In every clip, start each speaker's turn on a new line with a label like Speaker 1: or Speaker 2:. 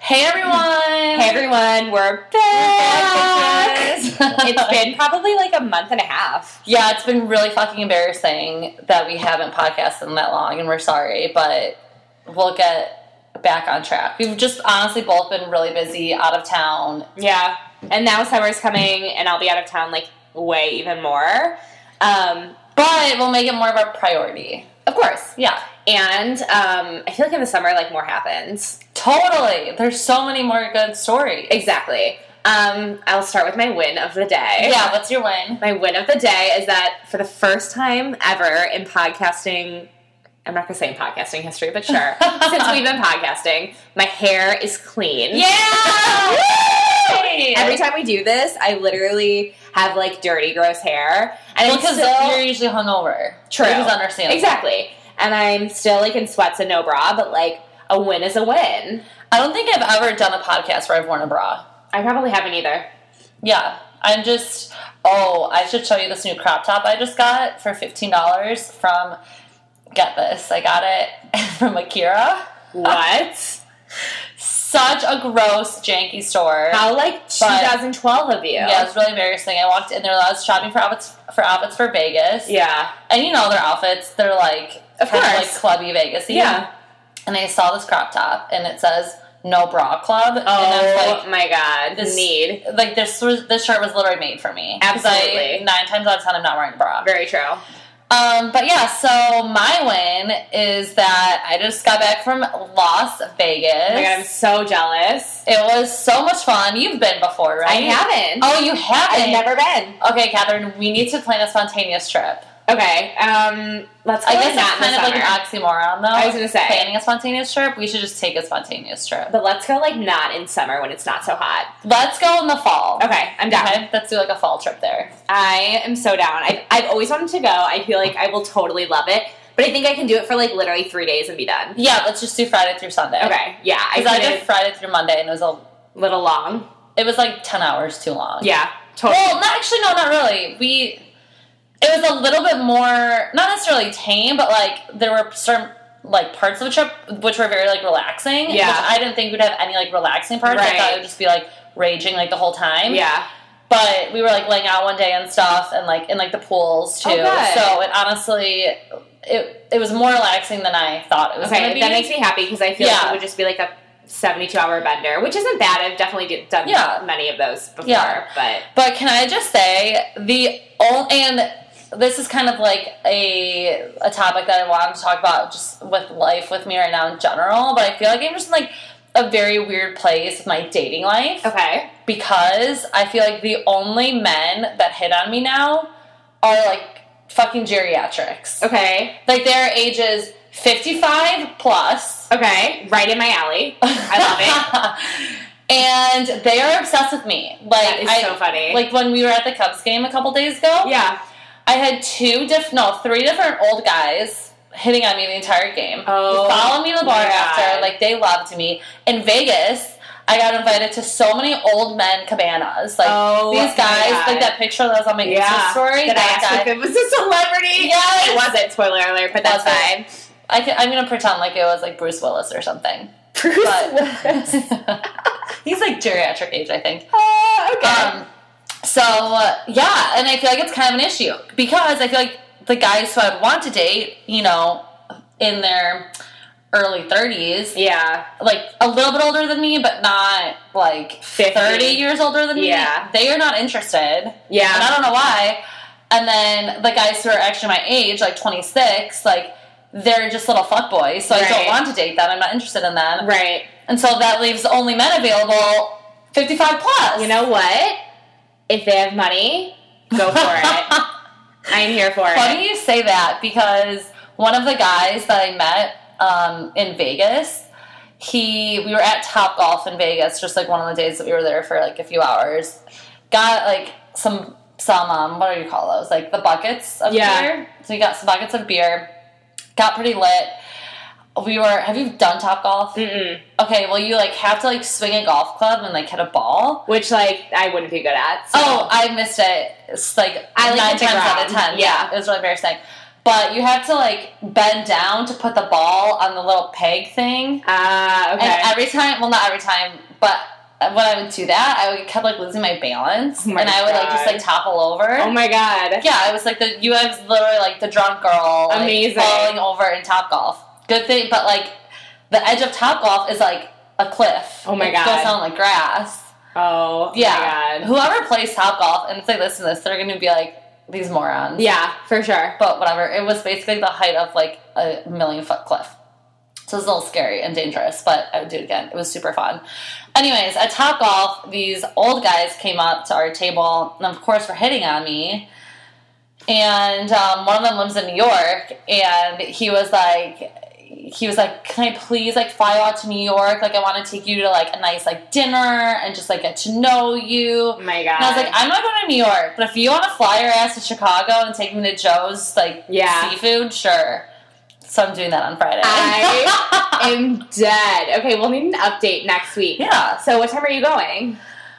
Speaker 1: Hey everyone!
Speaker 2: Hey everyone, we're back. it's been probably like a month and a half.
Speaker 1: yeah, it's been really fucking embarrassing that we haven't podcasted in that long, and we're sorry, but we'll get back on track. We've just honestly both been really busy, out of town.
Speaker 2: Yeah, and now summer's coming, and I'll be out of town like way even more. Um,
Speaker 1: But we'll make it more of a priority.
Speaker 2: of course.
Speaker 1: Yeah,
Speaker 2: And um, I feel like in the summer, like more happens.
Speaker 1: totally. There's so many more good stories.
Speaker 2: Exactly. Um, I'll start with my win of the day.
Speaker 1: Yeah, what's your win?
Speaker 2: My win of the day is that for the first time ever in podcasting, I'm not gonna say in podcasting history, but sure, since we've been podcasting, my hair is clean.
Speaker 1: Yeah!
Speaker 2: Every time we do this, I literally have like dirty, gross hair, and I'm
Speaker 1: because
Speaker 2: still-
Speaker 1: you're usually hungover.
Speaker 2: True.
Speaker 1: Which is understandable.
Speaker 2: exactly. And I'm still like in sweats and no bra, but like a win is a win.
Speaker 1: I don't think I've ever done a podcast where I've worn a bra.
Speaker 2: I probably haven't either.
Speaker 1: Yeah. I'm just, oh, I should show you this new crop top I just got for $15 from, get this, I got it from Akira.
Speaker 2: What?
Speaker 1: Such a gross, janky store.
Speaker 2: How like 2012 of you?
Speaker 1: yeah, it was really embarrassing. I walked in there, I was shopping for outfits for outfits for Vegas.
Speaker 2: Yeah.
Speaker 1: And you know their outfits, they're like
Speaker 2: Of
Speaker 1: kind of
Speaker 2: course.
Speaker 1: like clubby Vegas.
Speaker 2: Yeah.
Speaker 1: And I saw this crop top and it says no bra club. and
Speaker 2: Oh
Speaker 1: I was like,
Speaker 2: my god. The
Speaker 1: This-
Speaker 2: need.
Speaker 1: like this was this shirt was literally made for me. 'Cause I-
Speaker 2: Absolutely.
Speaker 1: nine times out of ten, I'm not wearing a bra.
Speaker 2: Very true. Oh
Speaker 1: Um, but yeah, so my win is that I just got back from Las Vegas.
Speaker 2: Oh my god, I'm so jealous.
Speaker 1: it was so much fun. You've been before, right?
Speaker 2: I haven't.
Speaker 1: Oh, you haven't.
Speaker 2: I've never been.
Speaker 1: Okay, Catherine, we need to plan a spontaneous trip.
Speaker 2: Okay. Um. Let's. Go
Speaker 1: I guess
Speaker 2: with that
Speaker 1: that's
Speaker 2: in the
Speaker 1: kind of like an
Speaker 2: summer.
Speaker 1: oxymoron, though.
Speaker 2: I was gonna say.
Speaker 1: planning a spontaneous trip. We should just take a spontaneous trip.
Speaker 2: But let's go like not in summer when it's not so hot.
Speaker 1: Let's go in the fall.
Speaker 2: Okay, I'm down.
Speaker 1: Okay, let's do like a fall trip there.
Speaker 2: I am so down. I've, I've always wanted to go. I feel like I will totally love it. But I think I can do it for like literally three days and be done.
Speaker 1: Yeah, let's just do Friday through Sunday.
Speaker 2: Okay. Yeah. I,
Speaker 1: Because I
Speaker 2: did
Speaker 1: did Friday through Monday, and it was a
Speaker 2: a little long.
Speaker 1: it was like ten hours too long.
Speaker 2: Yeah. Totally.
Speaker 1: Well, not actually. No, not really. We it was a little bit more not necessarily tame, but like there were certain like parts of the trip which were very like relaxing.
Speaker 2: Yeah.
Speaker 1: Which I didn't think we'd have any like relaxing parts. I thought
Speaker 2: Right.
Speaker 1: it would just be like raging like the whole time.
Speaker 2: yeah.
Speaker 1: But we were like laying out one day and stuff, and like in like the pools too.
Speaker 2: Oh, good.
Speaker 1: So it honestly. It, it was more relaxing than I thought it was going to
Speaker 2: Okay.
Speaker 1: be.
Speaker 2: That makes me happy because I feel like
Speaker 1: Yeah.
Speaker 2: it would just be like a 72 hour bender, which isn't bad. I've definitely did- done
Speaker 1: Yeah.
Speaker 2: many of those before.
Speaker 1: Yeah.
Speaker 2: But
Speaker 1: But can I just say the only and this is kind of like a a topic that I wanted to talk about just with life with me right now in general. But I feel like I'm just in like a very weird place with my dating life
Speaker 2: okay.
Speaker 1: because I feel like the only men that hit on me now are like fucking geriatrics.
Speaker 2: Okay.
Speaker 1: Like their ages 55 plus.
Speaker 2: Okay. Right in my alley. I love it.
Speaker 1: and they are obsessed with me. Like
Speaker 2: That is
Speaker 1: I,
Speaker 2: so funny.
Speaker 1: Like when we were at the Cubs game a couple days ago.
Speaker 2: yeah.
Speaker 1: I had two diff no, three different old guys hitting on me the entire game.
Speaker 2: Oh,
Speaker 1: followed me to the bar
Speaker 2: my God.
Speaker 1: after, like they loved me. In Vegas, I got invited to so many old men cabanas. Like
Speaker 2: Oh,
Speaker 1: these
Speaker 2: my
Speaker 1: guys,
Speaker 2: God.
Speaker 1: like that picture that was on my Insta
Speaker 2: Yeah.
Speaker 1: story.
Speaker 2: Did I
Speaker 1: that
Speaker 2: ask
Speaker 1: guy,
Speaker 2: if it was a celebrity?
Speaker 1: Yes.
Speaker 2: It wasn't. Spoiler alert. But that's
Speaker 1: Wasn't.
Speaker 2: fine.
Speaker 1: I can, I'm gonna pretend like it was like Bruce Willis or something. But he's like geriatric age, I think.
Speaker 2: Uh,
Speaker 1: Um, so uh, yeah, and I feel like it's kind of an issue because I feel like the guys who I would want to date, you know, in their early thirties,
Speaker 2: yeah.
Speaker 1: like a little bit older than me, but not like
Speaker 2: 50.
Speaker 1: thirty years older than
Speaker 2: Yeah.
Speaker 1: me, they are not interested,
Speaker 2: Yeah.
Speaker 1: and I don't know why. And then the guys who are actually my age, like twenty six, like they're just little fuckboys, so I don't
Speaker 2: Right.
Speaker 1: want to date them. I'm not interested in them,
Speaker 2: right.
Speaker 1: and so that leaves only men available. 55 plus.
Speaker 2: You know what? If they have money, go for it. I'm here for it.
Speaker 1: Funny you say that because one of the guys that I met um, in Vegas, he we were at Top Golf in Vegas, just like one of the days that we were there for like a few hours. Got like some some um, what do you call those? Like the buckets of
Speaker 2: Yeah.
Speaker 1: beer. So we got some buckets of beer. Got pretty lit. We were. Have you done Top Golf?
Speaker 2: Mm-mm.
Speaker 1: Okay. Well, you like have to like swing a golf club and like hit a ball.
Speaker 2: Which, like, I wouldn't be good at. So.
Speaker 1: Oh, I missed it. It's like
Speaker 2: I like
Speaker 1: nine
Speaker 2: hit the
Speaker 1: times out of
Speaker 2: ground.
Speaker 1: ten.
Speaker 2: Yeah.
Speaker 1: it was really embarrassing. But but you have to like bend down to put the ball on the little peg thing.
Speaker 2: Ah, okay.
Speaker 1: And every time, well, not every time, but when I would do that, I would kept like losing my balance,
Speaker 2: Oh my
Speaker 1: and I would like
Speaker 2: God.
Speaker 1: just like topple over.
Speaker 2: oh my god.
Speaker 1: yeah, I was like the you have literally like the drunk girl, like,
Speaker 2: Amazing.
Speaker 1: falling over in top golf. Good thing, but like the edge of top golf is like a cliff.
Speaker 2: Oh my
Speaker 1: it
Speaker 2: God.
Speaker 1: goes down like grass.
Speaker 2: Oh,
Speaker 1: Yeah,
Speaker 2: yeah. My god.
Speaker 1: whoever plays top golf and if they listen to this, they're going to be like these morons.
Speaker 2: Yeah, for sure.
Speaker 1: but whatever. It was basically the height of like a million foot cliff. So it was a little scary and dangerous, but I would do it again. It was super fun. Anyways, at Top Golf, these old guys came up to our table and of course were hitting on me. And um, one of them lives in New York and he was like he was like, Can I please like fly out to New York? Like I want to take you to like a nice like dinner and just like get to know you.
Speaker 2: Oh my god.
Speaker 1: And I was like, I'm not going to New York, but if you want to fly your ass to Chicago and take me to Joe's like
Speaker 2: Yeah.
Speaker 1: seafood, sure. So I'm doing that on Friday.
Speaker 2: I am dead. Okay, we'll need an update next week.
Speaker 1: yeah.
Speaker 2: So what time are you going?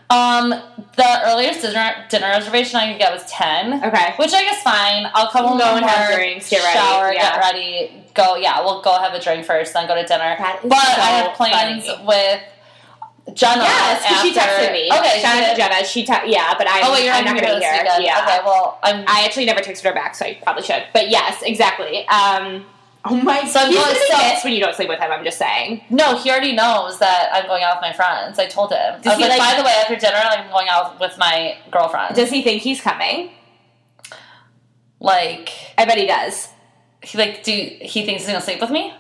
Speaker 1: Um, the earliest dinner dinner reservation I could get was ten,
Speaker 2: Okay.
Speaker 1: which I guess fine. I'll come home
Speaker 2: Go and have
Speaker 1: work,
Speaker 2: drinks, get ready,
Speaker 1: shower,
Speaker 2: yeah.
Speaker 1: get ready, go. Yeah, we'll go have a drink first, then go to dinner.
Speaker 2: That is
Speaker 1: But
Speaker 2: so
Speaker 1: I have plans
Speaker 2: funny.
Speaker 1: with Jenna.
Speaker 2: Yes, 'cause she
Speaker 1: after-
Speaker 2: texted me.
Speaker 1: Okay.
Speaker 2: shout
Speaker 1: she
Speaker 2: out to
Speaker 1: did.
Speaker 2: Jenna. She te- yeah, but I'm,
Speaker 1: Oh wait, you're
Speaker 2: I'm
Speaker 1: not
Speaker 2: not
Speaker 1: gonna be
Speaker 2: gonna be
Speaker 1: this
Speaker 2: here.
Speaker 1: weekend.
Speaker 2: Yeah,
Speaker 1: Okay. Well, I'm.
Speaker 2: I actually never texted her back, so I probably should. But yes, exactly. Um, oh my.
Speaker 1: So I'm
Speaker 2: he's
Speaker 1: going-
Speaker 2: gonna
Speaker 1: so-
Speaker 2: miss when you don't sleep with him. I'm just saying.
Speaker 1: No, he already knows that I'm going out with my friends. I told him.
Speaker 2: Does
Speaker 1: I was
Speaker 2: he,
Speaker 1: like,
Speaker 2: like-
Speaker 1: by the way, after dinner, like, I'm going out with my girlfriend.
Speaker 2: Does he think he's coming?
Speaker 1: like,
Speaker 2: I bet he does.
Speaker 1: he like, do he thinks he's gonna sleep with me?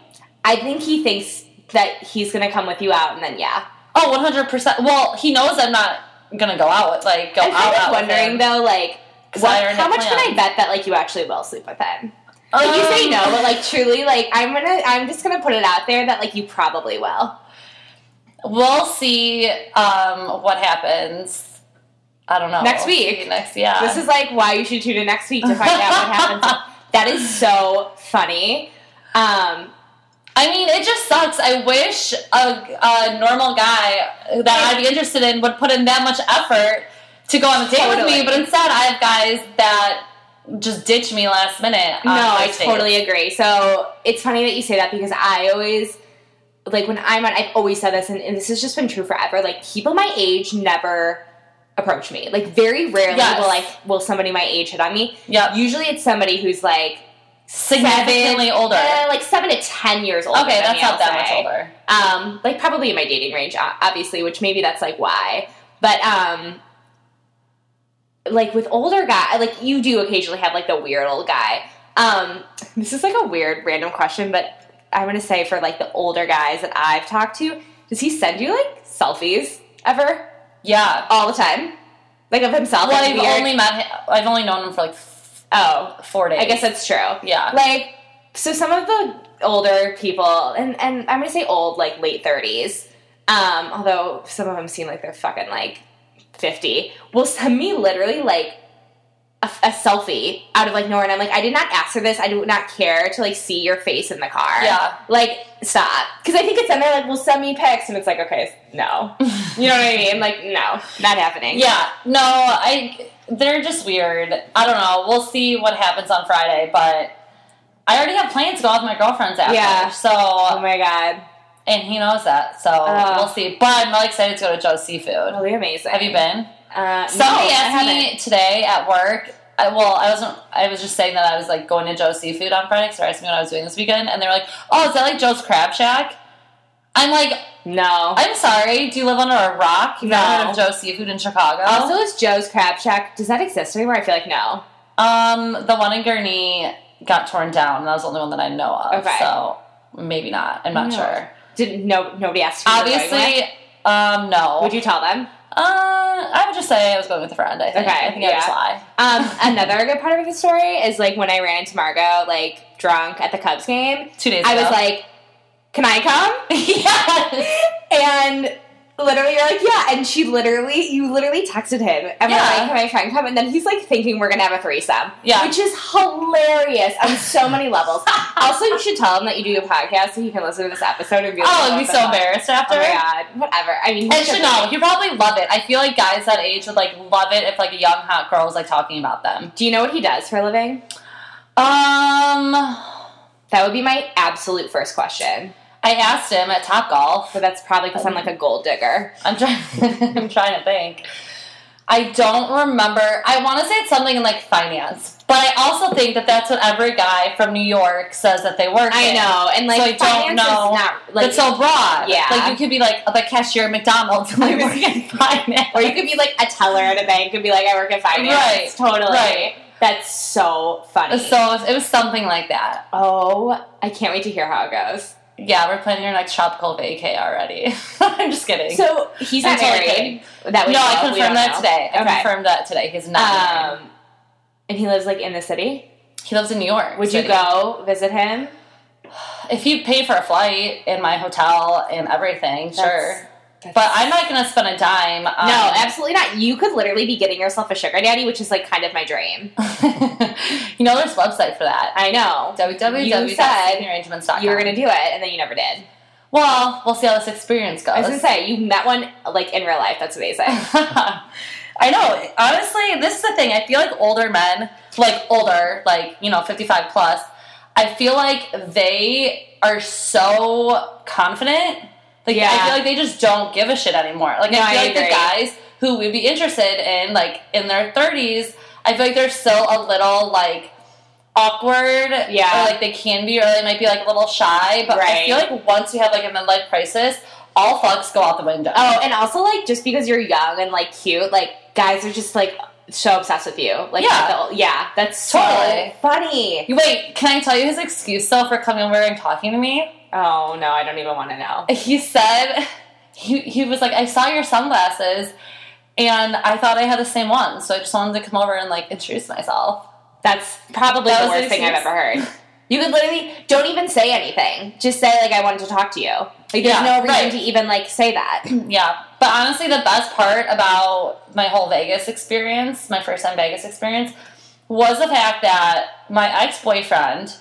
Speaker 2: I think he thinks that he's gonna come with you out, and then yeah.
Speaker 1: Oh, 100. percent Well, he knows I'm not gonna go out with like go
Speaker 2: I'm
Speaker 1: out.
Speaker 2: kind of
Speaker 1: out with
Speaker 2: wondering
Speaker 1: him.
Speaker 2: though, like,
Speaker 1: 'Cause I
Speaker 2: what,
Speaker 1: already
Speaker 2: how much
Speaker 1: planned.
Speaker 2: can I bet that like you actually will sleep with him? Like you say no, but like truly, like I'm gonna, I'm just gonna put it out there that like you probably will.
Speaker 1: We'll see um, what happens. I don't know.
Speaker 2: Next
Speaker 1: We'll
Speaker 2: week.
Speaker 1: see Next, yeah.
Speaker 2: This is like why you should tune in next week to find out what happens. That is so funny. Um,
Speaker 1: I mean, it just sucks. I wish a, a normal guy that I'd be interested in would put in that much effort to go on a date with
Speaker 2: Totally.
Speaker 1: me, but instead I have guys that just ditch me last minute. um,
Speaker 2: no,
Speaker 1: on
Speaker 2: I
Speaker 1: first dates.
Speaker 2: totally agree. So it's funny that you say that because I always, like, when I'm on, I've always said this, and, and this has just been true forever. Like, people my age never approach me. Like, very rarely
Speaker 1: Yes.
Speaker 2: will like will somebody my age hit on me.
Speaker 1: Yep.
Speaker 2: Usually, it's somebody who's like
Speaker 1: Significantly
Speaker 2: seven,
Speaker 1: older.
Speaker 2: uh, like seven to ten years older.
Speaker 1: okay,
Speaker 2: than
Speaker 1: that's
Speaker 2: me,
Speaker 1: not
Speaker 2: I'll
Speaker 1: that much
Speaker 2: say.
Speaker 1: older.
Speaker 2: um, like probably in my dating range, o- obviously, which maybe that's like why. But um, like with older guy, like you do occasionally have like the weird old guy. Um, this is like a weird random question, but I'm gonna say for like the older guys that I've talked to, does he send you like selfies ever
Speaker 1: Yeah.
Speaker 2: all the time, like of himself?
Speaker 1: Well,
Speaker 2: That's
Speaker 1: I've
Speaker 2: weird.
Speaker 1: only met him, I've only known him for like f-
Speaker 2: oh,
Speaker 1: four days.
Speaker 2: I guess that's true.
Speaker 1: yeah.
Speaker 2: like so some of the older people and and i'm gonna say old like late 30s um although some of them seem like they're fucking like 50 will send me literally like a, a selfie out of like nowhere and i'm like i did not ask for this i do not care to like see your face in the car
Speaker 1: Yeah.
Speaker 2: like stop because i think it's in there like well send me pics and it's like okay no you know what i mean like no not happening
Speaker 1: Yeah, no, I they're just weird. I don't know. We'll see what happens on Friday, but I already have plans to go out with my girlfriends after.
Speaker 2: Yeah.
Speaker 1: So
Speaker 2: oh my god
Speaker 1: and he knows that, so
Speaker 2: Ugh.
Speaker 1: we'll see. But I'm really excited to go to Joe's Seafood.
Speaker 2: totally amazing
Speaker 1: Have you been?
Speaker 2: uh,
Speaker 1: Somebody
Speaker 2: no, I
Speaker 1: asked
Speaker 2: haven't.
Speaker 1: me today at work. I, well, I wasn't. I was just saying that I was like going to Joe's Seafood on Friday. So they asked me what I was doing this weekend, and they were like, "Oh, is that like Joe's Crab Shack?" I'm like,
Speaker 2: no
Speaker 1: "I'm sorry. Do you live under a rock? You've never
Speaker 2: No.
Speaker 1: heard of Joe's Seafood in Chicago?"
Speaker 2: Also, is Joe's Crab Shack does that exist anymore? I feel like no.
Speaker 1: Um, the one in Gurnee got torn down. That was the only one that I know of.
Speaker 2: Okay.
Speaker 1: So maybe not. I'm not
Speaker 2: No.
Speaker 1: sure.
Speaker 2: Didn't no nobody asked. Who you were going
Speaker 1: Obviously, um, no.
Speaker 2: with? would you tell them?
Speaker 1: Uh, I would just say I was going with a friend. I think.
Speaker 2: Okay,
Speaker 1: I think I would just
Speaker 2: yeah.
Speaker 1: lie.
Speaker 2: Um, another good part of the story is like when I ran into Margot like drunk at the Cubs game.
Speaker 1: Two days.
Speaker 2: I
Speaker 1: ago.
Speaker 2: was like, "Can I come?"
Speaker 1: yes.
Speaker 2: And literally, you're like, "Yeah." And she literally, you literally texted him, and
Speaker 1: Yeah.
Speaker 2: we're like, "Can my friend come?" And then he's like thinking we're gonna have a threesome,
Speaker 1: Yeah.
Speaker 2: which is hilarious on so many levels. also, you should tell him that you do a podcast so he can listen to this episode and be like,
Speaker 1: Oh, I'd be so
Speaker 2: embarrassed."
Speaker 1: embarrassed after.
Speaker 2: Oh my god, whatever. I mean, he
Speaker 1: Actually,
Speaker 2: should-
Speaker 1: no. You probably love it. I feel like guys that age would like love it if like a young hot girl was like talking about them.
Speaker 2: Do you know what he does for a living?
Speaker 1: Um, Um,
Speaker 2: That would be my absolute first question.
Speaker 1: I asked him at Top Golf.
Speaker 2: But that's probably because I'm like a gold digger.
Speaker 1: I'm trying. I'm trying to think. I don't remember. I want to say it's something in like finance, but I also think that that's what every guy from New York says that they work.
Speaker 2: I
Speaker 1: in.
Speaker 2: know, and like
Speaker 1: So I don't
Speaker 2: finance
Speaker 1: know.
Speaker 2: Is not, like,
Speaker 1: it's so broad.
Speaker 2: Yeah.
Speaker 1: like you could be like the cashier at McDonald's and like
Speaker 2: Right.
Speaker 1: work in finance.
Speaker 2: or you could be like a teller at a bank and be like, I work in finance.
Speaker 1: Right,
Speaker 2: Totally.
Speaker 1: right.
Speaker 2: That's so funny.
Speaker 1: So it was something like that.
Speaker 2: oh, I can't wait to hear how it goes.
Speaker 1: Yeah, we're planning your next tropical vacay already. I'm just kidding.
Speaker 2: So he's
Speaker 1: I'm
Speaker 2: not
Speaker 1: totally
Speaker 2: married.
Speaker 1: kidding.
Speaker 2: That we
Speaker 1: no,
Speaker 2: know
Speaker 1: I
Speaker 2: of, we don't
Speaker 1: confirmed that
Speaker 2: know.
Speaker 1: today. I
Speaker 2: Okay.
Speaker 1: confirmed that today. He's not. married.
Speaker 2: Um, and he lives like in the city.
Speaker 1: he lives in New York.
Speaker 2: Would
Speaker 1: City.
Speaker 2: you go visit him?
Speaker 1: If you pay for a flight and my hotel and everything, sure.
Speaker 2: That's-
Speaker 1: But I'm not going to spend a dime. On,
Speaker 2: no, absolutely not. You could literally be getting yourself a sugar daddy, which is like kind of my dream.
Speaker 1: you know, there's a website for that.
Speaker 2: I know. You said
Speaker 1: www.arrangements.com.
Speaker 2: you were gonna do it, and then you never did.
Speaker 1: Well, we'll see how this experience goes.
Speaker 2: I was gonna say you met one like in real life. That's amazing.
Speaker 1: I know. Honestly, this is the thing. I feel like older men, like older, like, you know, 55 plus, I feel like they are so confident. Like,
Speaker 2: Yeah.
Speaker 1: I feel like they just don't give a shit anymore. Like,
Speaker 2: No,
Speaker 1: I feel
Speaker 2: I
Speaker 1: like
Speaker 2: agree.
Speaker 1: the guys who would be interested in, like, in their 30s, I feel like they're still a little, like, awkward.
Speaker 2: Yeah.
Speaker 1: Or, like, they can be, or they might be, like, a little shy. But I
Speaker 2: Right.
Speaker 1: feel like once you have, like, a midlife crisis, all fucks go out the window.
Speaker 2: Oh, and also like just because you're young and like cute, like guys are just like so obsessed with you. Like
Speaker 1: Yeah.
Speaker 2: the- yeah, that's so
Speaker 1: Totally.
Speaker 2: funny.
Speaker 1: Wait, can I tell you his excuse though for coming over and talking to me?
Speaker 2: Oh no, I don't even want to know.
Speaker 1: He said he he was like, I saw your sunglasses and I thought I had the same ones, so I just wanted to come over and like introduce myself.
Speaker 2: That's probably
Speaker 1: That
Speaker 2: the
Speaker 1: was
Speaker 2: worst thing I've
Speaker 1: excuse.
Speaker 2: ever heard. You could literally don't even say anything. Just say like I wanted to talk to you. Like there's
Speaker 1: Yeah,
Speaker 2: no reason
Speaker 1: right.
Speaker 2: to even like say that.
Speaker 1: yeah. But honestly the best part about my whole Vegas experience, my first time Vegas experience, was the fact that my ex boyfriend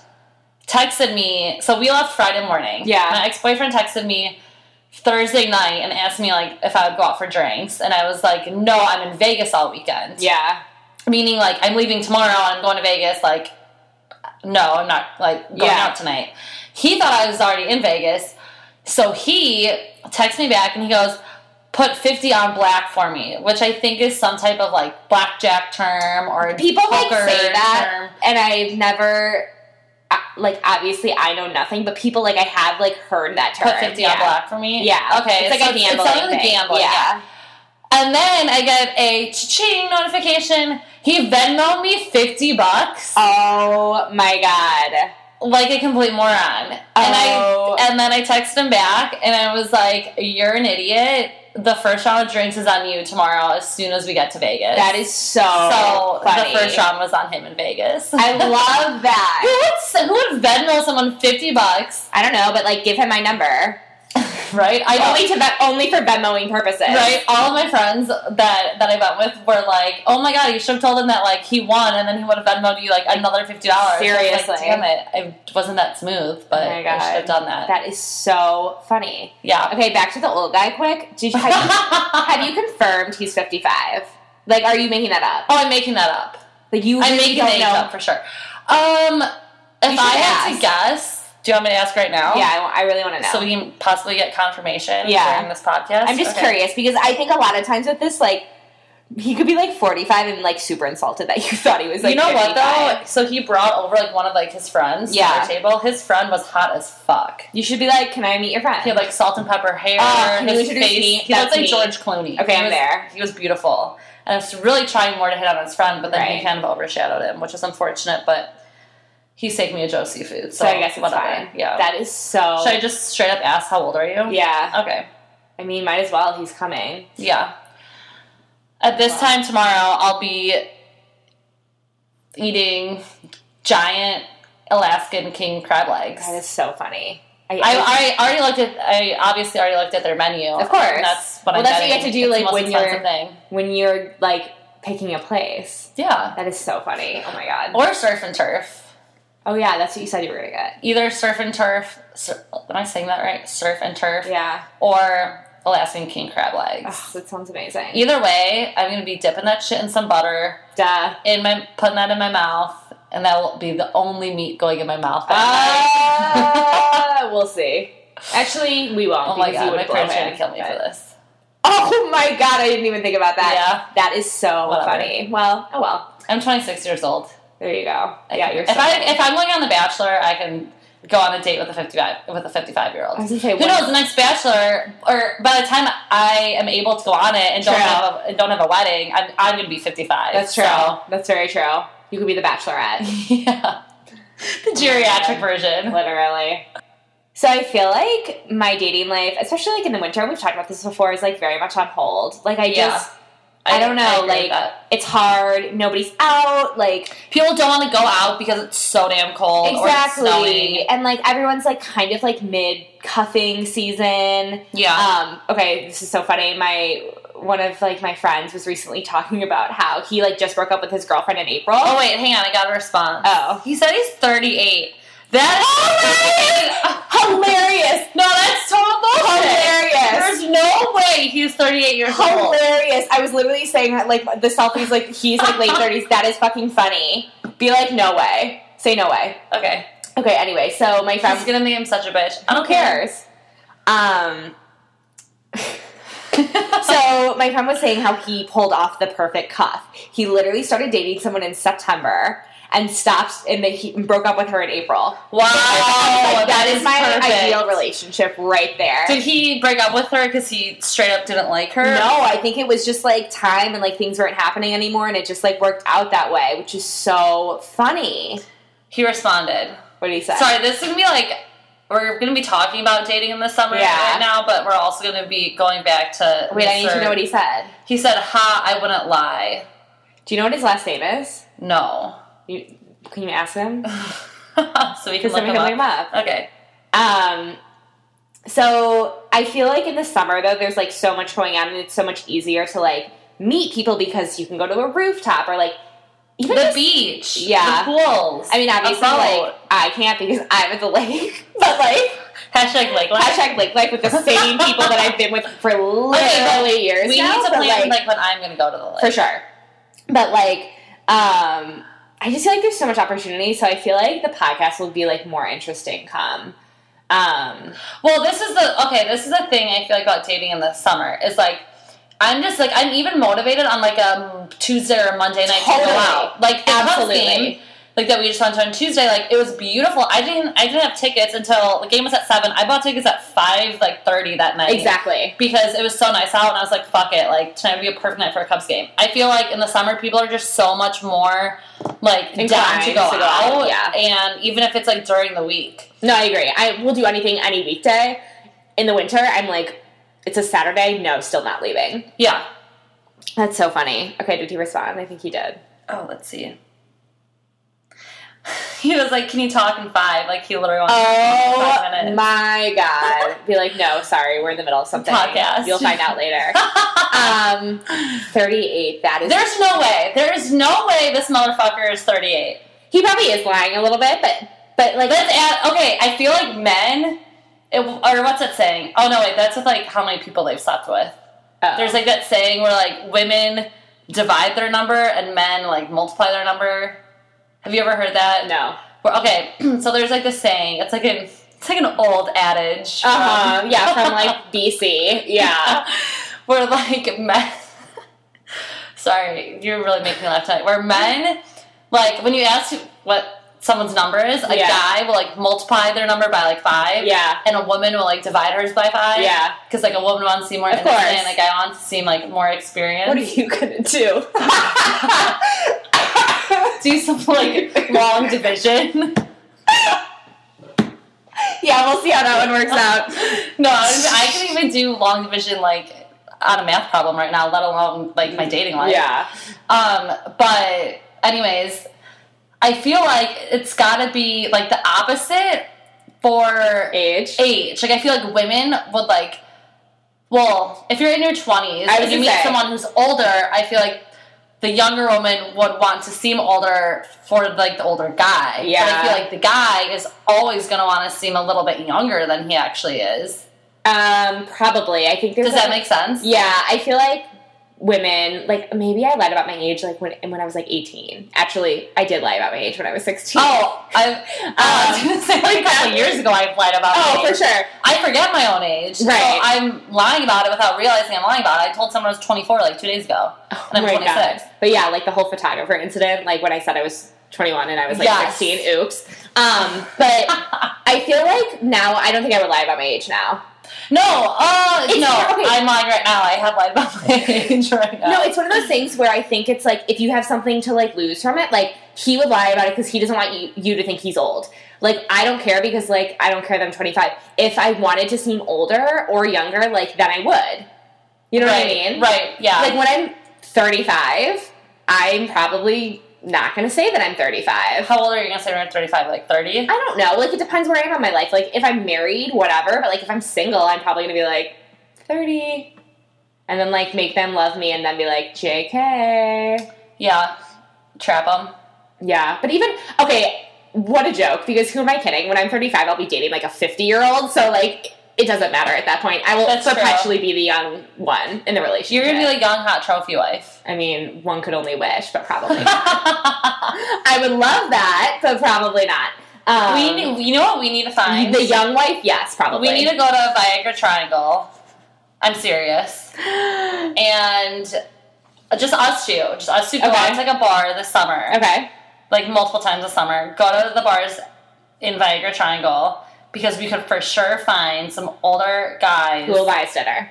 Speaker 1: texted me so we left Friday morning.
Speaker 2: Yeah.
Speaker 1: My ex boyfriend texted me Thursday night and asked me like if I would go out for drinks and I was like, No, I'm in Vegas all weekend.
Speaker 2: yeah.
Speaker 1: meaning like I'm leaving tomorrow and I'm going to Vegas. Like, no, I'm not like going
Speaker 2: Yeah.
Speaker 1: out tonight. He thought I was already in Vegas, so he texts me back and he goes, "Put fifty on black for me," which I think is some type of like blackjack term or
Speaker 2: People like
Speaker 1: poker
Speaker 2: say that,
Speaker 1: term.
Speaker 2: and I've never. uh, Like obviously, I know nothing, but people like I have like heard that term.
Speaker 1: Put fifty
Speaker 2: yeah.
Speaker 1: on black for me.
Speaker 2: Yeah.
Speaker 1: Okay.
Speaker 2: It's like
Speaker 1: so
Speaker 2: a gambling.
Speaker 1: It's something with
Speaker 2: thing.
Speaker 1: gambling. Yeah.
Speaker 2: Yeah.
Speaker 1: And then I get a ching notification. He Venmoed me fifty bucks.
Speaker 2: Oh my god.
Speaker 1: like a complete moron. And
Speaker 2: Oh.
Speaker 1: I and then I texted him back and I was like, You're an idiot. The first round of drinks is on you tomorrow as soon as we get to Vegas.
Speaker 2: That is so,
Speaker 1: so
Speaker 2: Oh, funny.
Speaker 1: the first round was on him in Vegas.
Speaker 2: I love
Speaker 1: who
Speaker 2: that.
Speaker 1: would s- who would Venmo someone fifty bucks,
Speaker 2: I don't know, but like give him my number.
Speaker 1: right? I
Speaker 2: only to Ve- only for Venmoing purposes.
Speaker 1: Right, all of my friends that that I went with were like, "Oh my god, you should have told him that like he won, and then he would have Venmoed you like another fifty dollars."
Speaker 2: Seriously.
Speaker 1: like, damn it, I wasn't that smooth, but
Speaker 2: Oh my
Speaker 1: I should
Speaker 2: God.
Speaker 1: have done that.
Speaker 2: That is so funny.
Speaker 1: yeah.
Speaker 2: Okay, back to the old guy quick. Did you have, you have you confirmed he's 55? Like are you making that up?
Speaker 1: Oh, I'm making that up.
Speaker 2: Like you
Speaker 1: I'm
Speaker 2: really
Speaker 1: making
Speaker 2: don't
Speaker 1: things
Speaker 2: know.
Speaker 1: up for sure. Um, if
Speaker 2: You should
Speaker 1: I had
Speaker 2: ask.
Speaker 1: to guess, do you want me to ask right now?
Speaker 2: Yeah, I, wa- I really want to know.
Speaker 1: So we can possibly get confirmation
Speaker 2: Yeah.
Speaker 1: during this podcast.
Speaker 2: I'm just
Speaker 1: Okay.
Speaker 2: curious because I think a lot of times with this like he could be like 45 and like super insulted that you thought he was like
Speaker 1: you know what
Speaker 2: 55.
Speaker 1: though? So he brought over like one of like his friends to
Speaker 2: Yeah.
Speaker 1: our table. His friend was hot as fuck.
Speaker 2: You should be like, can I meet your friend?
Speaker 1: He had like salt and pepper hair.
Speaker 2: Oh, can you
Speaker 1: his
Speaker 2: introduce
Speaker 1: face.
Speaker 2: me?
Speaker 1: He
Speaker 2: That's
Speaker 1: looked like
Speaker 2: me.
Speaker 1: George Clooney.
Speaker 2: Okay,
Speaker 1: he
Speaker 2: I'm
Speaker 1: was,
Speaker 2: there.
Speaker 1: He was beautiful. And I was really trying more to hit on his friend, but then
Speaker 2: Right.
Speaker 1: he kind of overshadowed him, which is unfortunate, but he's taking me to Joe Seafood. So,
Speaker 2: so I guess it's
Speaker 1: whatever.
Speaker 2: fine.
Speaker 1: Yeah.
Speaker 2: that is so.
Speaker 1: Should I just straight up ask how old are you?
Speaker 2: yeah,
Speaker 1: Okay.
Speaker 2: I mean, might as well. He's coming.
Speaker 1: Yeah. At this
Speaker 2: Wow.
Speaker 1: time tomorrow, I'll be eating giant Alaskan king crab legs.
Speaker 2: That is so funny. I,
Speaker 1: I, I already looked at. I obviously already looked at their menu.
Speaker 2: Of course.
Speaker 1: and that's what
Speaker 2: Well,
Speaker 1: I'm
Speaker 2: that's what you
Speaker 1: getting.
Speaker 2: have to do,
Speaker 1: It's the
Speaker 2: like,
Speaker 1: most
Speaker 2: when you're-
Speaker 1: expensive thing.
Speaker 2: when you're like picking a place.
Speaker 1: Yeah,
Speaker 2: That is so funny. Oh my god.
Speaker 1: or surf and turf.
Speaker 2: oh yeah, that's what you said you were gonna get.
Speaker 1: Either surf and turf. Sur- am I saying that right? Surf and turf,
Speaker 2: Yeah.
Speaker 1: or Alaskan king crab legs.
Speaker 2: Oh, that sounds amazing.
Speaker 1: Either way, I'm gonna be dipping that shit in some butter.
Speaker 2: Duh.
Speaker 1: in my putting that in my mouth and that will be the only meat going in my mouth. that
Speaker 2: Ah,
Speaker 1: night.
Speaker 2: Uh, we'll see. Actually, we won't.
Speaker 1: oh my
Speaker 2: because you
Speaker 1: god,
Speaker 2: would
Speaker 1: my
Speaker 2: blow
Speaker 1: parents are
Speaker 2: it,
Speaker 1: gonna kill me
Speaker 2: but-
Speaker 1: for this.
Speaker 2: Oh my god, I didn't even think about that.
Speaker 1: Yeah.
Speaker 2: That is so
Speaker 1: Whatever.
Speaker 2: funny. Well, oh well.
Speaker 1: I'm 26 years old.
Speaker 2: There you go.
Speaker 1: I
Speaker 2: yeah,
Speaker 1: can-
Speaker 2: you're
Speaker 1: if
Speaker 2: so
Speaker 1: I
Speaker 2: funny.
Speaker 1: if I'm going on the Bachelor, I can go on a date with a 55 with a 55 year old.
Speaker 2: I was gonna say,
Speaker 1: Who
Speaker 2: what-
Speaker 1: knows? The next Bachelor, or by the time I am able to go on it and don't
Speaker 2: True.
Speaker 1: have a, and don't have a wedding, I'm, I'm going to be 55.
Speaker 2: That's true.
Speaker 1: so-
Speaker 2: That's very true. You could be the bachelorette.
Speaker 1: yeah, the geriatric
Speaker 2: Yeah.
Speaker 1: version.
Speaker 2: Literally. So I feel like my dating life, especially like in the winter, and we've talked about this before, is like very much on hold. Like I
Speaker 1: Yeah.
Speaker 2: just I don't know,
Speaker 1: agree with
Speaker 2: like-
Speaker 1: that.
Speaker 2: it's hard, nobody's out, like
Speaker 1: people don't want to go out because it's so damn cold. Or it's
Speaker 2: exactly.
Speaker 1: snowing.
Speaker 2: And like everyone's like kind of like mid cuffing season.
Speaker 1: Yeah.
Speaker 2: Um, okay, this is so funny. My one of like my friends was recently talking about how he like just broke up with his girlfriend in April.
Speaker 1: oh wait, hang on. I got a response.
Speaker 2: Oh.
Speaker 1: he said he's 38. That
Speaker 2: Hilarious!
Speaker 1: no, that's total bullshit.
Speaker 2: Hilarious!
Speaker 1: There's no way he's 38 years old.
Speaker 2: Hilarious! I was literally saying that, like the selfies, like he's like late thirties. That is fucking funny. Be like, no way. Say no way.
Speaker 1: Okay,
Speaker 2: Okay. Anyway, so my
Speaker 1: I'm just
Speaker 2: friend,
Speaker 1: gonna name him such a bitch. I
Speaker 2: who
Speaker 1: don't care.
Speaker 2: cares? Um. So my friend was saying how he pulled off the perfect cuff. He literally started dating someone in September and stopped and then he broke up with her in April.
Speaker 1: wow,
Speaker 2: Like, that is, my
Speaker 1: Oh, perfect.
Speaker 2: ideal relationship right there.
Speaker 1: Did he break up with her because he straight up didn't like her?
Speaker 2: No, I think it was just like time and like things weren't happening anymore, and it just like worked out that way, which is so funny.
Speaker 1: He responded.
Speaker 2: What do you say?
Speaker 1: Sorry, this is gonna be like we're gonna be talking about dating in the summer
Speaker 2: Yeah.
Speaker 1: right now, but we're also gonna be going back to.
Speaker 2: Wait, I need
Speaker 1: Mr.
Speaker 2: to know what he said.
Speaker 1: He said, "Ha, I wouldn't lie."
Speaker 2: Do you know what his last name is?
Speaker 1: No.
Speaker 2: You, can you ask him?
Speaker 1: so we can
Speaker 2: Because
Speaker 1: look
Speaker 2: then we
Speaker 1: him
Speaker 2: can look him
Speaker 1: up.
Speaker 2: up.
Speaker 1: Okay.
Speaker 2: Um, so I feel like in the summer though, there's like so much going on, and it's so much easier to like meet people because you can go to a rooftop or like even
Speaker 1: The
Speaker 2: just-
Speaker 1: beach. The
Speaker 2: Yeah.
Speaker 1: pools.
Speaker 2: I mean, obviously,
Speaker 1: A boat.
Speaker 2: like I can't because I'm at the lake, but like
Speaker 1: hashtag like
Speaker 2: hashtag lake life with the same people that I've been with for literally years.
Speaker 1: We
Speaker 2: now,
Speaker 1: need to
Speaker 2: but,
Speaker 1: plan like,
Speaker 2: like
Speaker 1: when I'm gonna go to the lake.
Speaker 2: for sure. But like, um, I just feel like there's so much opportunity, so I feel like the podcast will be like more interesting come. Um,
Speaker 1: Well, this is the okay. This is the thing I feel like about dating in the summer is like I'm just like I'm even motivated on like a Tuesday or Monday night to go
Speaker 2: Totally.
Speaker 1: out. Like the Cubs
Speaker 2: Absolutely.
Speaker 1: game, like that we just went to on Tuesday. Like it was beautiful. I didn't I didn't have tickets until the game was at seven. I bought tickets at five like thirty that night.
Speaker 2: exactly.
Speaker 1: Because it was so nice out, and I was like, "Fuck it!" Like tonight would be a perfect night for a Cubs game. I feel like in the summer, people are just so much more like down
Speaker 2: Inclined
Speaker 1: to go,
Speaker 2: to go
Speaker 1: out,
Speaker 2: out, yeah.
Speaker 1: And even if it's like during the week,
Speaker 2: No, I agree. I will do anything any weekday. In the winter, I'm like, it's a Saturday. No, still not leaving.
Speaker 1: yeah.
Speaker 2: That's so funny. Okay, did he respond? I think he did.
Speaker 1: Oh, let's see. He was like, "Can you talk in five? Like he literally wants to talk in five
Speaker 2: Oh
Speaker 1: minutes.
Speaker 2: my god! Be like, no, sorry, we're in the middle of something.
Speaker 1: Podcast.
Speaker 2: You'll find out later. um, thirty-eight. That is.
Speaker 1: There's no way. There is no way this motherfucker is 38.
Speaker 2: he probably is lying a little bit, but but like
Speaker 1: Let's add. Okay, I feel like men. It, or what's that saying? Oh no, wait. That's with like how many people they've slept with.
Speaker 2: oh.
Speaker 1: There's like that saying where like women divide their number and men like multiply their number. Have you ever heard that?
Speaker 2: no.
Speaker 1: Where- okay, so there's like this saying. It's like an it's like an old adage.
Speaker 2: Uh huh. Yeah, from like BC. Yeah.
Speaker 1: where like men sorry you're really making me laugh tonight where men like when you ask what someone's number is a
Speaker 2: Yeah.
Speaker 1: guy will like multiply their number by like five
Speaker 2: Yeah.
Speaker 1: and a woman will like divide hers by five
Speaker 2: Yeah.
Speaker 1: because like a woman wants to seem more
Speaker 2: Of
Speaker 1: innocent
Speaker 2: course.
Speaker 1: and a guy wants to seem like more experienced
Speaker 2: What are you gonna do?
Speaker 1: do some like long division
Speaker 2: yeah, we'll see how that one works out.
Speaker 1: no I can even do long division like on a math problem right now let alone like my dating life
Speaker 2: Yeah.
Speaker 1: Um, but anyways, I feel like it's gotta be like the opposite for
Speaker 2: Age.
Speaker 1: age. Like I feel like women would like well, if you're in your twenties
Speaker 2: I was
Speaker 1: and you meet
Speaker 2: gonna say.
Speaker 1: someone who's older, I feel like the younger woman would want to seem older for like the older guy. But I
Speaker 2: Yeah.
Speaker 1: feel like the guy is always gonna wanna seem a little bit younger than he actually is.
Speaker 2: Um, probably. I think there's
Speaker 1: Does that
Speaker 2: like-
Speaker 1: make sense?
Speaker 2: Yeah, I feel like women like maybe I lied about my age like when when I was like 18. Actually, I did lie about my age when I was 16.
Speaker 1: Oh, I, I was
Speaker 2: Um,
Speaker 1: going to say, like a couple years ago, I've lied about my
Speaker 2: Oh,
Speaker 1: age.
Speaker 2: for sure.
Speaker 1: I forget my own age. so
Speaker 2: Right.
Speaker 1: I'm lying about it without realizing I'm lying about it. I told someone I was 24 like two days ago, and I'm
Speaker 2: Oh my
Speaker 1: 26.
Speaker 2: God. But yeah, like the whole photographer incident, like when I said I was 21 and I was like
Speaker 1: Yes.
Speaker 2: 16, oops. Um, but I feel like now I don't think I would lie about my age now.
Speaker 1: No, uh,
Speaker 2: It's-
Speaker 1: no,
Speaker 2: okay.
Speaker 1: I'm lying right now. I have lied about my age right now.
Speaker 2: No, it's one of those things where I think it's like if you have something to like lose from it, like he would lie about it because he doesn't want you, you to think he's old. Like I don't care because like I don't care that I'm 25. If I wanted to seem older or younger, like then I would. You know
Speaker 1: right,
Speaker 2: what I mean?
Speaker 1: Right, yeah.
Speaker 2: Like when I'm 35, I'm probably not going to say that I'm 35.
Speaker 1: How old are you going to say when you're 35? Like 30?
Speaker 2: I don't know. Like it depends where I am in my life. Like if I'm married, whatever. But like if I'm single, I'm probably gonna be like thirty, and then like make them love me, and then be like J.K.
Speaker 1: Yeah. Trap them.
Speaker 2: Yeah. But even okay, what a joke. Because who am I kidding? When I'm thirty-five, I'll be dating like a fifty-year-old. So like it doesn't matter at that point. I will
Speaker 1: That's true.
Speaker 2: perpetually be the young one in the relationship.
Speaker 1: You're going to be like young, hot trophy wife.
Speaker 2: I mean, one could only wish, but probably. not. I would love that, but probably not. Um,
Speaker 1: we need, You know what we need to find?
Speaker 2: the young wife, yes, probably.
Speaker 1: We need to go to Viagra Triangle. I'm serious. And just us two. Just us two go
Speaker 2: Okay.
Speaker 1: out to like a bar this summer.
Speaker 2: okay.
Speaker 1: Like multiple times this summer. Go to the bars in Viagra Triangle because we could for sure find some older guys
Speaker 2: Who will buy us dinner?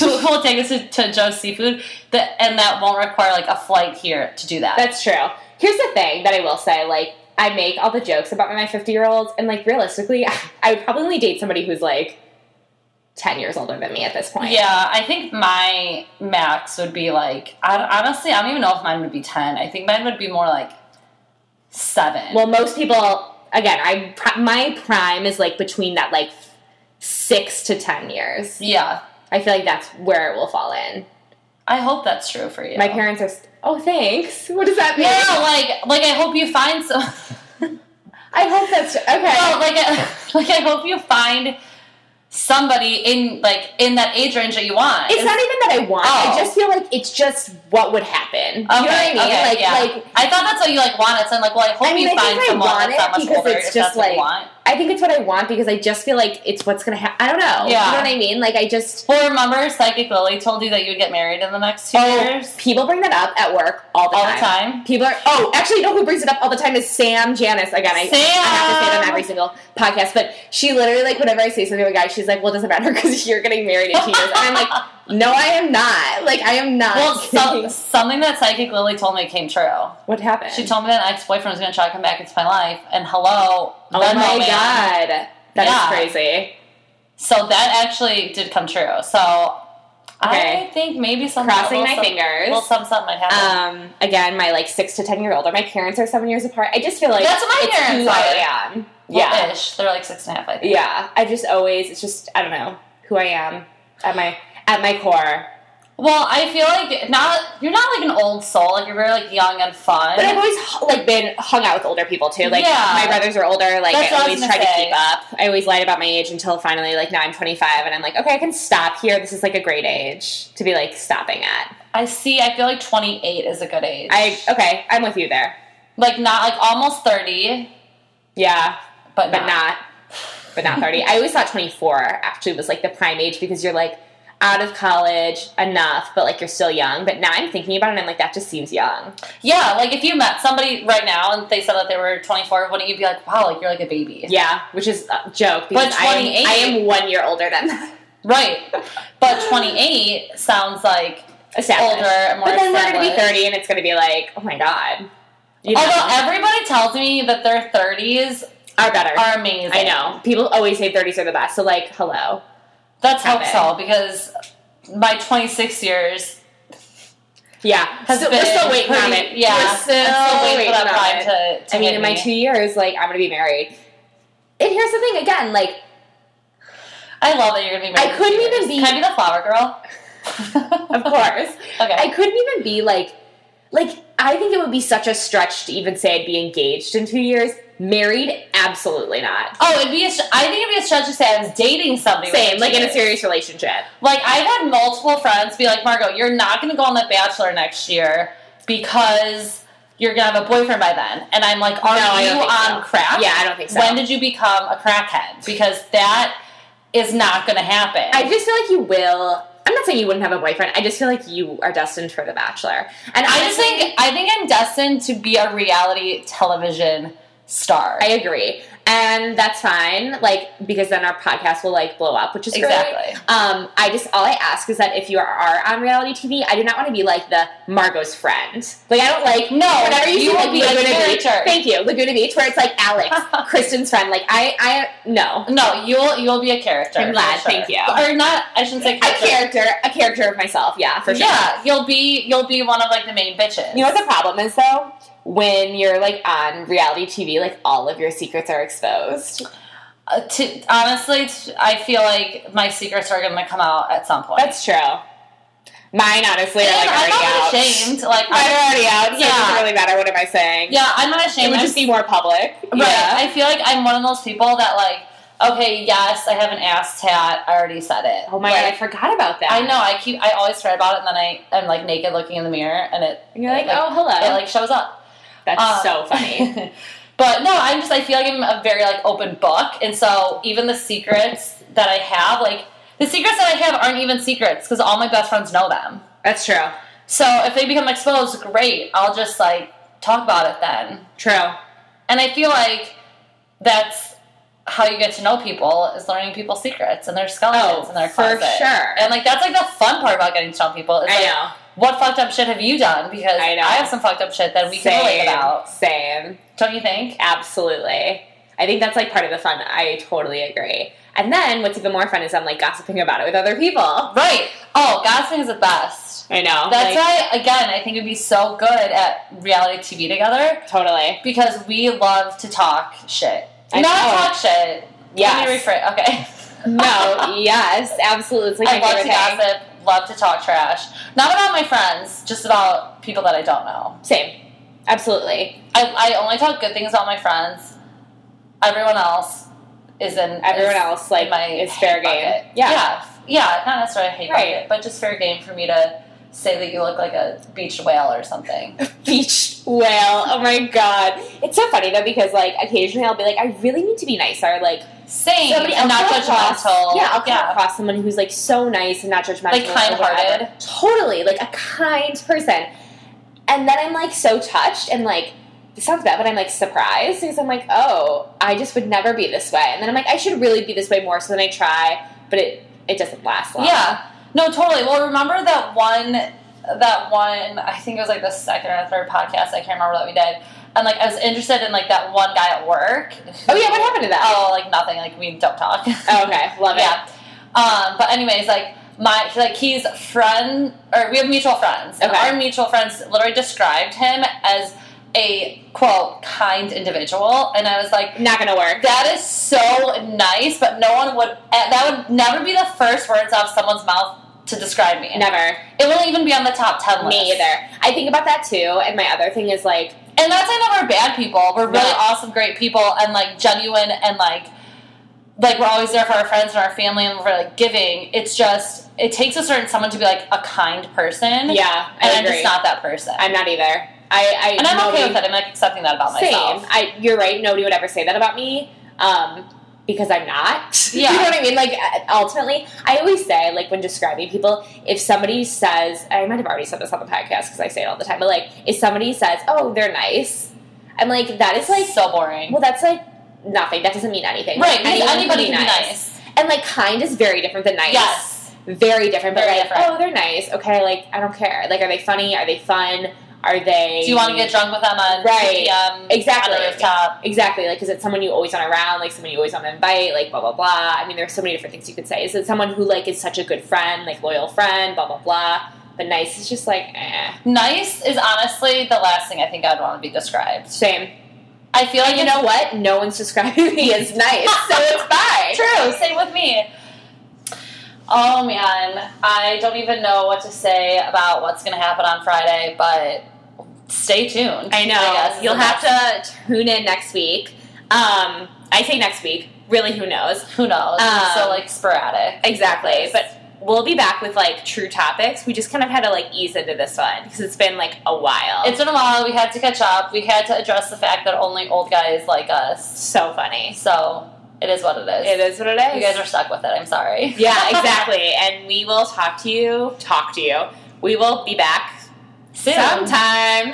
Speaker 1: who will take us to, to Joe's Seafood that, and that won't require like a flight here to do that.
Speaker 2: That's true. Here's the thing that I will say, like, I make all the jokes about my 50 year olds, and like realistically, I would probably only date somebody who's like 10 years older than me at this point.
Speaker 1: yeah, I think my max would be like, I, honestly, I don't even know if mine would be 10. I think mine would be more like 7.
Speaker 2: Well, most people, again, I pri- my prime is like between that like six to 10 years.
Speaker 1: yeah.
Speaker 2: I feel like that's where it will fall in.
Speaker 1: I hope that's true for you.
Speaker 2: My parents are. St- oh, thanks. What does that mean?
Speaker 1: Yeah, like like I hope you find some.
Speaker 2: I hope that's okay.
Speaker 1: well, like I, like I hope you find somebody in like in that age range that you want.
Speaker 2: it's not even that I want.
Speaker 1: Oh.
Speaker 2: I just feel like it's just what would happen. you know what I mean?
Speaker 1: okay,
Speaker 2: like,
Speaker 1: yeah.
Speaker 2: like
Speaker 1: I thought that's what you like wanted. So I'm like, well, I hope
Speaker 2: I mean,
Speaker 1: you
Speaker 2: I
Speaker 1: find
Speaker 2: think I
Speaker 1: someone
Speaker 2: want
Speaker 1: that's that
Speaker 2: it
Speaker 1: much
Speaker 2: because
Speaker 1: older.
Speaker 2: it's
Speaker 1: if that's
Speaker 2: just
Speaker 1: what you
Speaker 2: like-
Speaker 1: want.
Speaker 2: I think it's what I want because I just feel like it's what's gonna happen. I don't know.
Speaker 1: Yeah.
Speaker 2: You know what I mean? Like I just
Speaker 1: Well, remember, Psychic Lily told you that you would get married in the next
Speaker 2: Oh,
Speaker 1: two years.
Speaker 2: people bring that up at work all the
Speaker 1: Oh. All the
Speaker 2: time.
Speaker 1: time?
Speaker 2: People are oh, actually, you know who brings it up all the time is Sam Janice. Again, I, I have to say it on
Speaker 1: Sam!
Speaker 2: every single podcast, but she literally like whenever I say something to a guy, she's like, "Well, it doesn't matter because you're getting married in two years," and I'm like, "No, I am not. Like I am not."
Speaker 1: Well, so, something that Psychic Lily told me came true.
Speaker 2: what happened?
Speaker 1: She told me that an ex-boyfriend was going to try to come back into my life, and hello,
Speaker 2: "Oh
Speaker 1: Venmo
Speaker 2: my
Speaker 1: man.
Speaker 2: god, that is
Speaker 1: Yeah.
Speaker 2: crazy."
Speaker 1: So that actually did come true. So I
Speaker 2: Okay.
Speaker 1: think maybe some
Speaker 2: Crossing
Speaker 1: little
Speaker 2: my
Speaker 1: some-
Speaker 2: fingers.
Speaker 1: Well, some something might happen.
Speaker 2: um, again, my like six to ten year old, or my parents are seven years apart. I just feel like
Speaker 1: That's what my
Speaker 2: it's
Speaker 1: parents
Speaker 2: who
Speaker 1: are.
Speaker 2: I am. Yeah,
Speaker 1: ish. They're like six and a half. I think.
Speaker 2: yeah. I just always it's just I don't know who I am at my at my core.
Speaker 1: Well, I feel like not. You're not like an old soul. Like you're very like young and fun.
Speaker 2: But I've always like been hung out with older people too. Like
Speaker 1: Yeah.
Speaker 2: my brothers are older. Like
Speaker 1: That's what I
Speaker 2: I
Speaker 1: was
Speaker 2: always
Speaker 1: gonna
Speaker 2: try to
Speaker 1: say.
Speaker 2: keep up. I always lied about my age until finally like now I'm 25 and I'm like okay I can stop here. This is like a great age to be like stopping at.
Speaker 1: I see. I feel like 28 is a good age.
Speaker 2: I okay I'm with you there.
Speaker 1: like not like almost 30,
Speaker 2: Yeah.
Speaker 1: but
Speaker 2: but not but not 30 i always thought 24 actually was like the prime age because you're like out of college enough but like you're still young but now i'm thinking about it and i'm like that just seems young
Speaker 1: Yeah, like if you met somebody right now and they said that they were 24, wouldn't you be like, wow, like you're like a baby?
Speaker 2: yeah which is a joke because
Speaker 1: But
Speaker 2: I,
Speaker 1: 28
Speaker 2: am, I am one year older than that
Speaker 1: Right. But 28 sounds like
Speaker 2: established.
Speaker 1: Older and more
Speaker 2: but then we're gonna be
Speaker 1: established.
Speaker 2: 30 and it's gonna be like oh my god you know,
Speaker 1: Although everybody tells me that their 30s
Speaker 2: are better
Speaker 1: are amazing.
Speaker 2: i know people always say 30s are the best so like hello
Speaker 1: That's
Speaker 2: Have
Speaker 1: hope
Speaker 2: it.
Speaker 1: so because my 26 years
Speaker 2: yeah
Speaker 1: has
Speaker 2: so,
Speaker 1: been
Speaker 2: we're still waiting
Speaker 1: pretty,
Speaker 2: on it
Speaker 1: Yeah,
Speaker 2: we're still,
Speaker 1: I'm still waiting, for
Speaker 2: on it.
Speaker 1: that prime to, to
Speaker 2: I mean,
Speaker 1: hit
Speaker 2: in my
Speaker 1: me.
Speaker 2: two years, like I'm gonna be married. And here's the thing, again, like
Speaker 1: I love that you're gonna be. married
Speaker 2: I couldn't
Speaker 1: in two
Speaker 2: even
Speaker 1: years.
Speaker 2: be-
Speaker 1: Can I be the flower girl?
Speaker 2: of course,
Speaker 1: Okay.
Speaker 2: I couldn't even be like, like I think it would be such a stretch to even say I'd be engaged in two years. Married? Absolutely not.
Speaker 1: Oh, it'd be. A, str- I think it'd be a stretch to say I was dating somebody.
Speaker 2: Same,
Speaker 1: within
Speaker 2: like
Speaker 1: two
Speaker 2: in a
Speaker 1: years.
Speaker 2: serious relationship.
Speaker 1: Like I've had multiple friends be like, Margot, you're not going to go on The Bachelor next year because you're going to have a boyfriend by then. And I'm like, are
Speaker 2: No, I
Speaker 1: you
Speaker 2: don't think
Speaker 1: on
Speaker 2: so.
Speaker 1: crack?
Speaker 2: Yeah, I don't think so.
Speaker 1: When did you become a crackhead? Because that is not going to happen.
Speaker 2: I just feel like you will. I'm not saying you wouldn't have a boyfriend. I just feel like you are destined for The Bachelor. And
Speaker 1: I just think I think I'm destined to be a reality television star.
Speaker 2: I agree. And that's fine, like, because then our podcast will, like, blow up, which is great.
Speaker 1: Exactly.
Speaker 2: Um, I just, all I ask is that if you are on reality TV, I do not want to be, like, the Margot's friend. Like, I don't like,
Speaker 1: No,
Speaker 2: whatever you,
Speaker 1: you
Speaker 2: see,
Speaker 1: will
Speaker 2: like,
Speaker 1: be a
Speaker 2: Laguna Beach.
Speaker 1: character.
Speaker 2: Thank you, Laguna Beach, where it's, like, Alex, Kristen's friend. Like, I, I, no.
Speaker 1: no, you'll you'll be a character.
Speaker 2: I'm glad,
Speaker 1: for
Speaker 2: thank you.
Speaker 1: Or not? I shouldn't say
Speaker 2: A
Speaker 1: character.
Speaker 2: character, a character of myself, yeah, for sure.
Speaker 1: Yeah, you'll be you'll be one of like the main bitches.
Speaker 2: You know what the problem is though? When you're like on reality TV, like all of your secrets are exposed.
Speaker 1: Uh, to, honestly, t- I feel like my secrets are going to come out at some point.
Speaker 2: That's true. Mine honestly
Speaker 1: And
Speaker 2: are like
Speaker 1: I'm
Speaker 2: already
Speaker 1: not
Speaker 2: out.
Speaker 1: ashamed. Like,
Speaker 2: Mine
Speaker 1: I'm,
Speaker 2: are already out, so it doesn't
Speaker 1: Yeah.
Speaker 2: really matter what am I saying.
Speaker 1: yeah, I'm not
Speaker 2: It
Speaker 1: ashamed.
Speaker 2: would
Speaker 1: I'm-
Speaker 2: just be more public.
Speaker 1: right.
Speaker 2: Yeah.
Speaker 1: I feel like I'm one of those people that like, okay, yes, I have an ass tat. I already said it.
Speaker 2: oh my
Speaker 1: Like,
Speaker 2: god, I forgot about that.
Speaker 1: I know. I keep. I always forget about it, and then I am like naked looking in the mirror, and it
Speaker 2: And you're like,
Speaker 1: Like,
Speaker 2: oh hello.
Speaker 1: it like shows up.
Speaker 2: That's
Speaker 1: Um,
Speaker 2: so funny.
Speaker 1: but no, I'm just. I feel like I'm a very like open book, and so even the secrets that I have, like the secrets that I have, aren't even secrets because all my best friends know them.
Speaker 2: That's true.
Speaker 1: So if they become exposed, great. I'll just like talk about it then.
Speaker 2: True.
Speaker 1: And I feel like that's how you get to know people is learning people's secrets and their skeletons
Speaker 2: Oh,
Speaker 1: and their
Speaker 2: for
Speaker 1: closet.
Speaker 2: sure.
Speaker 1: And like that's like the fun part about getting to know people. It's
Speaker 2: I
Speaker 1: like,
Speaker 2: know.
Speaker 1: What fucked up shit have you done? Because
Speaker 2: I know.
Speaker 1: have some fucked up shit that we can relate
Speaker 2: Same.
Speaker 1: about.
Speaker 2: Same.
Speaker 1: Don't you think?
Speaker 2: Absolutely. I think that's like part of the fun. I totally agree. And then what's even more fun is I'm like gossiping about it with other people.
Speaker 1: Right. Oh, gossiping is the best.
Speaker 2: I know.
Speaker 1: That's
Speaker 2: like,
Speaker 1: why, again, I think we'd be so good at reality TV together
Speaker 2: Totally.
Speaker 1: because we love to talk shit.
Speaker 2: I
Speaker 1: Not
Speaker 2: know.
Speaker 1: talk shit. Let me
Speaker 2: Yes.
Speaker 1: rephrase. Okay.
Speaker 2: No. yes. Absolutely. It's like
Speaker 1: I
Speaker 2: my
Speaker 1: love to
Speaker 2: favorite thing.
Speaker 1: gossip, love to talk trash. Not about my friends, just about people that I don't know.
Speaker 2: Same. Absolutely.
Speaker 1: I, I only talk good things about my friends. Everyone else is in
Speaker 2: Everyone
Speaker 1: is
Speaker 2: else like
Speaker 1: in my
Speaker 2: is fair
Speaker 1: hate
Speaker 2: game.
Speaker 1: bucket.
Speaker 2: Yeah.
Speaker 1: yeah, yeah. Not necessarily hate
Speaker 2: Right.
Speaker 1: bucket, but just fair game for me to say that you look like a beached whale or something.
Speaker 2: Beach whale. Oh my god. It's so funny though because like occasionally I'll be like, I really need to be nicer. Like
Speaker 1: Same,
Speaker 2: somebody
Speaker 1: and
Speaker 2: I'll
Speaker 1: not
Speaker 2: come across-
Speaker 1: judgmental.
Speaker 2: Yeah, I'll come across someone who's like so nice and not judgmental,
Speaker 1: Like,
Speaker 2: or
Speaker 1: kind-hearted.
Speaker 2: whatever. totally, like a kind person. And then I'm like so touched and like this sounds bad, but I'm like surprised because I'm like, oh, I just would never be this way. And then I'm like, I should really be this way more. So then I try, but it it doesn't last long.
Speaker 1: Yeah. No, totally. Well, remember that one, that one, I think it was like the second or third podcast, I can't remember that we did. And like, I was interested in like that one guy at work.
Speaker 2: Oh yeah, what happened to that?
Speaker 1: Oh, like nothing. Like, we don't talk.
Speaker 2: Oh, okay, love it.
Speaker 1: yeah. Um, but anyways, like, my, like, he's friend, or we have mutual friends. And
Speaker 2: Okay.
Speaker 1: Our mutual friends literally described him as a, quote, kind individual. And I was like,
Speaker 2: Not gonna work.
Speaker 1: that is so nice, but no one would. eh, That would never be the first words out of someone's mouth to describe me.
Speaker 2: Never.
Speaker 1: It wouldn't even be on the top ten list.
Speaker 2: Me either. I think about that too. And my other thing is like,
Speaker 1: And that's why none of our bad people. We're really
Speaker 2: No.
Speaker 1: awesome, great people, and like genuine, and like like we're always there for our friends and our family, and we're like giving. It's just it takes a certain someone to be like a kind person.
Speaker 2: yeah, I
Speaker 1: and I'm
Speaker 2: agree.
Speaker 1: just not that person.
Speaker 2: I'm not either. I, I
Speaker 1: and I'm okay
Speaker 2: nobody-
Speaker 1: with that. I'm like accepting that about
Speaker 2: Same.
Speaker 1: myself.
Speaker 2: I, you're right. Nobody would ever say that about me um, because I'm not.
Speaker 1: Yeah.
Speaker 2: you know what I mean. Like uh, ultimately, I always say like when describing people, if somebody says, I might have already said this on the podcast because I say it all the time, but like if somebody says, "Oh, they're nice," I'm like, that is
Speaker 1: It's like
Speaker 2: like,
Speaker 1: so boring.
Speaker 2: well, that's like nothing. That doesn't mean anything.
Speaker 1: right?
Speaker 2: Like,
Speaker 1: Because
Speaker 2: anyone
Speaker 1: anybody
Speaker 2: can be nice. And like kind is very different than nice.
Speaker 1: Yes.
Speaker 2: Very different, but
Speaker 1: Very
Speaker 2: like,
Speaker 1: different.
Speaker 2: oh, they're nice. Okay, like I don't care. Like, are they funny? Are they fun? Are they?
Speaker 1: Do you want to get drunk with them on
Speaker 2: Right.
Speaker 1: 2 p.m.
Speaker 2: Exactly.
Speaker 1: on the rooftop?
Speaker 2: Exactly, like, is it someone you always want around, like someone you always want to invite, like blah blah blah. I mean, there's so many different things you could say. Is it someone who like is such a good friend, like loyal friend, blah blah blah. But nice is just like, eh.
Speaker 1: Nice is honestly the last thing I think I'd want to be described.
Speaker 2: same.
Speaker 1: I feel like
Speaker 2: But you know what? No one's describing me as nice, so it's fine.
Speaker 1: True. Same with me. Oh man, I don't even know what to say about what's going to happen on Friday, but stay tuned.
Speaker 2: I know.
Speaker 1: guess is
Speaker 2: You'll
Speaker 1: the
Speaker 2: have to tune in next week Um, I say next week. Really, who knows?
Speaker 1: Who knows?
Speaker 2: Um,
Speaker 1: so like sporadic.
Speaker 2: Exactly. But we'll be back with like true topics. We just kind of had to like ease into this one because it's been like a while.
Speaker 1: It's been a while. We had to catch up. We had to address the fact that only old guys like us.
Speaker 2: so funny.
Speaker 1: So it is what it is.
Speaker 2: It is what it is.
Speaker 1: You guys are stuck with it. I'm sorry.
Speaker 2: yeah, exactly. and we will talk to you. Talk to you. We will be back
Speaker 1: Soon.
Speaker 2: sometime